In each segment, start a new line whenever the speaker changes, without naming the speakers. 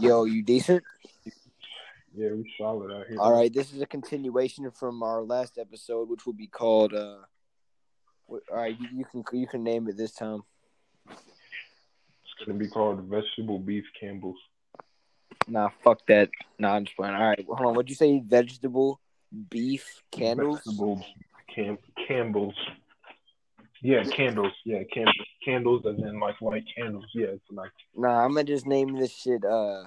Yo, you decent?
Yeah, we solid out here.
All right, this is a continuation from our last episode, which will be called. uh wh- All right, you, you can you can name it this time.
It's gonna be called vegetable beef Campbell's.
Nah, fuck that. Nah, I'm just playing. All right, hold on. What'd you say? Vegetable beef candles.
Vegetable beef cam- Campbell's. Yeah, candles. Yeah, candles. Candles, as in like white candles. Yeah, it's like
Nah, I'm gonna just name this shit. Uh,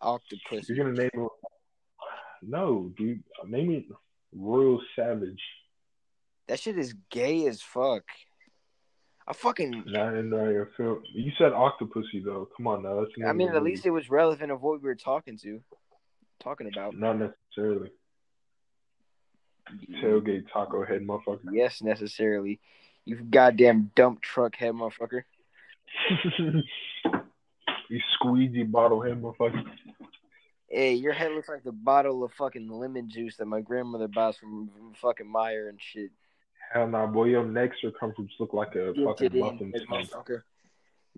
octopus.
you're gonna name it. No, dude, name it Royal Savage.
That shit is gay as fuck. I fucking.
Not in there. Feel you said octopusy though. Come on now. That's the name
I
of
mean,
the
at
movie.
least it was relevant of what we were talking to, talking about.
not necessarily tailgate taco head motherfucker.
Yes, necessarily. You goddamn dump truck head motherfucker.
you squeegee bottle head motherfucker.
Hey, your head looks like the bottle of fucking lemon juice that my grandmother buys from, from fucking Meyer and shit.
Hell nah, boy. Your neck circumference look like a
Get it
fucking
in,
muffin.
head
stand.
motherfucker.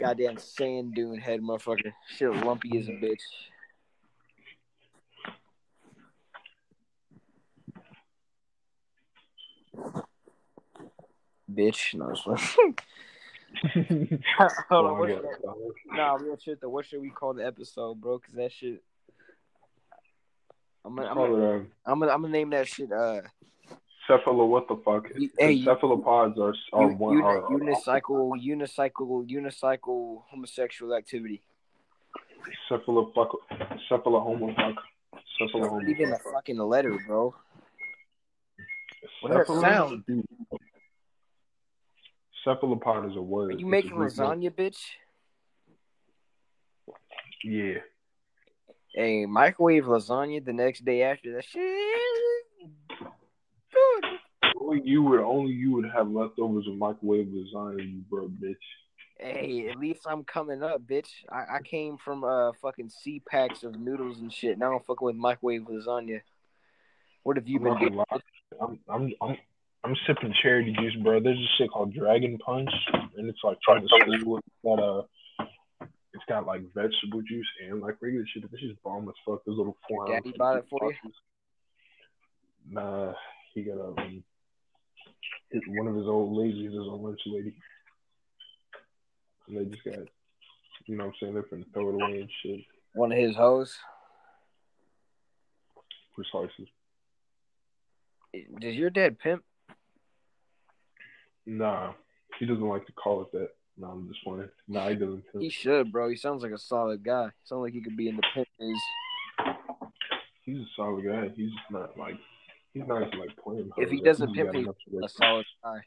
Goddamn sand dune head motherfucker. Shit lumpy as a bitch. Bitch, no. it's not. Hold on,
Oh,
what's
yeah.
that? Nah, real shit though. What should we call the episode, bro? Cause that shit. I'm gonna, I'm gonna,
Call it, uh,
I'm gonna, I'm gonna name that shit. Uh,
Cephalo, what the fuck?
You- hey, you-
cephalopods are are
u-
Oh, one.
uni-
are, are-
unicycle, unicycle, unicycle homosexual activity.
cephalofuck, cephalohomofuck,
Not even a
cephalohomofuck.
fucking letter, bro. What does that
Cephalo-
sound?
dude. Cephalopod is a word.
Are you
which
making
is root-
lasagna, bitch?
Yeah.
Hey, microwave lasagna the next day after that shit. Dude.
Only you would only you would have leftovers of microwave lasagna, you bro, bitch.
Hey, at least I'm coming up, bitch. I, I came from uh fucking sea packs of noodles and shit. Now I'm fucking with microwave lasagna. What have you
I'm not
been
gonna
doing?
lie. I'm I'm I'm I'm sipping charity juice, bro. There's this shit called Dragon Punch, and it's like trying to school. It's got uh, it's got like vegetable juice and like regular shit. This is bomb as fuck. This little four ounce.
daddy bought it for you?
boxes. Nah, he got a um, his- one of his old ladies is a lunch lady, and they just got you know what I'm saying they're finna throw it away and shit.
One of his hoes.
Precisely.
Does your dad pimp?
Nah, he doesn't like to call it that. No, I'm just playing. Nah, he doesn't.
He should, bro. He sounds like a solid guy. Sounds like he could be in the pimp news.
He's a solid guy. He's just not like he's not into, like playing.
If he
hard.
doesn't
He's
pimp,
got
he-
enough to
A
work.
solid guy.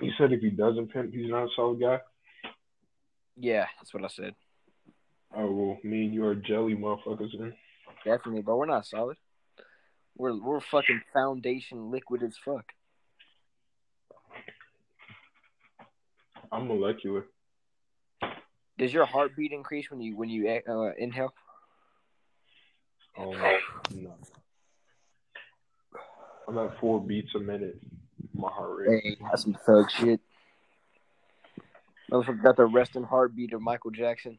He said if he doesn't pimp, he's not a solid guy.
Yeah, that's what I said.
Oh well, me and you are jelly motherfuckers. Man.
Definitely, but we're not solid. We're we're fucking foundation liquid as fuck.
I'm molecular.
Does your heartbeat increase when you when you uh, inhale?
Um, no. I'm at four beats a minute. My heart rate.
Hey, that's some thug shit. Motherfucker got the resting heartbeat of Michael Jackson.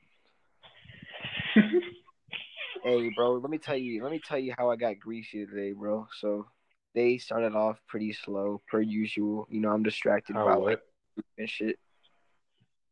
hey, bro, let me tell you, let me tell you how I got greasy today, bro. So they started off pretty slow, per usual. You know, I'm distracted by
How
like
what?
and shit.